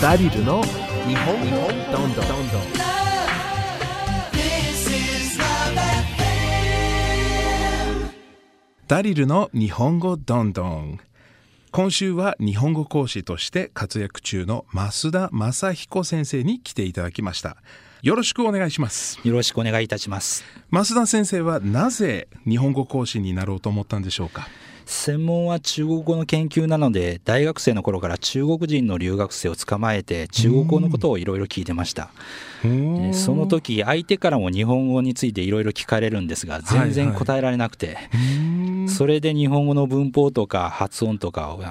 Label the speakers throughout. Speaker 1: ダリルの日本語どんどん
Speaker 2: This is Love FM.
Speaker 1: ダリルの日本語どんどん今週は日本語講師として活躍中の増田正彦先生に来ていただきましたよろしくお願いします
Speaker 3: よろしくお願いいたします。
Speaker 1: 増田先生はなぜ日本語講師になろうと思ったんでしょうか
Speaker 3: 専門は中国語の研究なので、大学生の頃から中国人の留学生を捕まえて、中国語のことをいろいろ聞いてました。えーその時、相手からも日本語についていろいろ聞かれるんですが、全
Speaker 1: はい
Speaker 3: 然
Speaker 1: はい
Speaker 3: 答えられなくて、それで日本語の文法とか発音とかを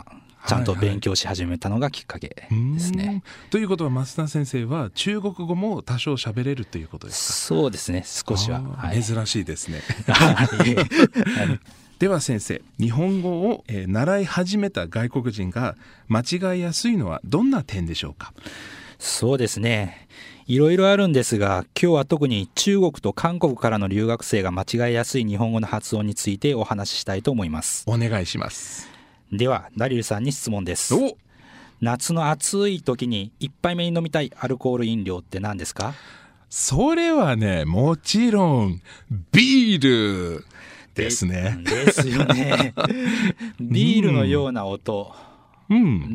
Speaker 3: ちゃんと勉強し始めたのがきっかけですね。
Speaker 1: うんということは増田先生は中国語も多少喋れるということです
Speaker 3: そうですね、少しは。
Speaker 1: あ
Speaker 3: は
Speaker 1: ー
Speaker 3: い、
Speaker 1: 珍しいですね
Speaker 3: はい
Speaker 1: では先生日本語を、えー習い始めた外国人が間違いやすいのはどんな点でしょうか
Speaker 3: そうですね。いろいろあるんですが、今日は特に中国と韓国からの留学生が間違いやすい日本語の発音についてお話ししたいと思います。
Speaker 1: お願いします
Speaker 3: では、ダリルさんに質問です。
Speaker 1: お
Speaker 3: 夏の暑い時に一杯目に飲みたいアルコール飲料って何ですか
Speaker 1: それはねもちろんビールです
Speaker 3: う
Speaker 1: ね
Speaker 3: んですよ ね。ビールのような音、
Speaker 1: うん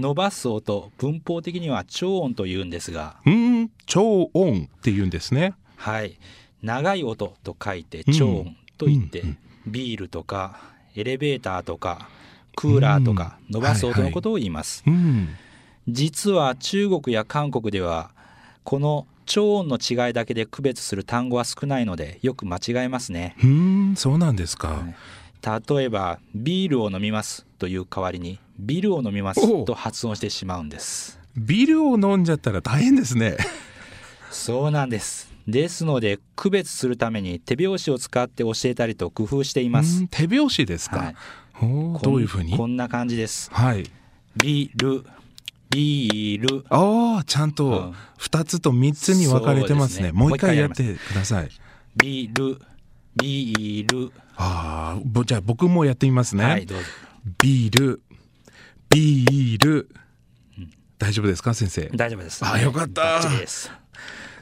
Speaker 3: 伸ばす音、文法的には超音と言うんですが、
Speaker 1: うん超音って言うんですね
Speaker 3: はい、長い音と書いて超音と言って、
Speaker 1: うんうん
Speaker 3: ビールとかエレベーターとかクーラーとか
Speaker 1: うん
Speaker 3: 伸ばす音のことを言います、
Speaker 1: うん
Speaker 3: 実は中国や韓国ではこの超音の違いだけで区別する単語は少ないのでよく間違えますね
Speaker 1: うんそうなんですか、
Speaker 3: 例えばビールを飲みますという代わりにビルを飲みま
Speaker 1: お
Speaker 3: す
Speaker 1: う
Speaker 3: と発音してしまうんです
Speaker 1: ビールを飲んじゃったら大変ですね
Speaker 3: そうなんですですので区別するために手拍子を使って教えたりと工夫しています
Speaker 1: うん手拍子ですか、
Speaker 3: はい
Speaker 1: おー
Speaker 3: こん
Speaker 1: どういうふうに
Speaker 3: こんな感じです
Speaker 1: はい
Speaker 3: ビールビール
Speaker 1: ああちゃん
Speaker 3: う
Speaker 1: と
Speaker 3: ん
Speaker 1: 2つと3つに分かれてますね,、
Speaker 3: そうですね
Speaker 1: もう一回
Speaker 3: も
Speaker 1: や
Speaker 3: う
Speaker 1: っ
Speaker 3: 一回
Speaker 1: てください
Speaker 3: ビールビール、
Speaker 1: ああぼじゃあ僕もやってみますね、
Speaker 3: はいどうぞ
Speaker 1: ビールビール、大丈夫ですか先生
Speaker 3: 大丈夫です
Speaker 1: あよかった
Speaker 3: バッチリです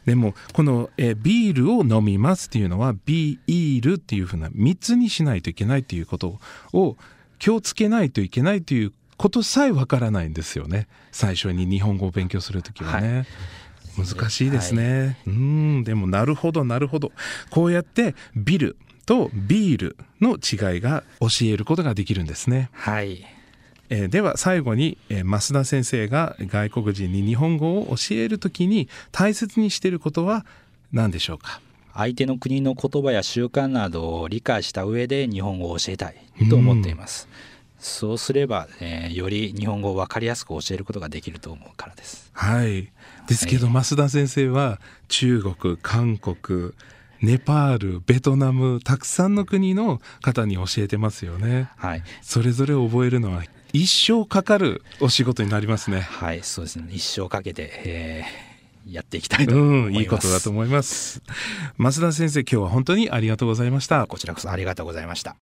Speaker 1: でもこの、えービールを飲みますっていうのはビールっていうふうな3つにしないといけないっていうことを気をつけないといけないということさえわからないんですよね最初に日本語を勉強するときはね。難しいですね、うんでもなるほどなるほどこうやってビルとビールの違いが教えることができるんですね、
Speaker 3: はい
Speaker 1: えーでは最後に、えー増田先生が外国人に日本語を教えるときに大切にしていることは何でしょうか
Speaker 3: 相手の国の言葉や習慣などを理解した上で日本語を教えたいと思っています、そうすれば、えーより日本語を分かりやすく教えることができると思うからです
Speaker 1: はいですけど、増田先生は中国韓国ネパールベトナムたくさんの国の方に教えてますよね
Speaker 3: はい
Speaker 1: それぞれ覚えるのは一生かかるお仕事になりますね。
Speaker 3: はいそうですね一生かけて、えーやっていきたいと思いま
Speaker 1: うん、
Speaker 3: す、
Speaker 1: いいことだと思います。増田先生、今日は本当にありがとうございました。
Speaker 3: こちらこそありがとうございました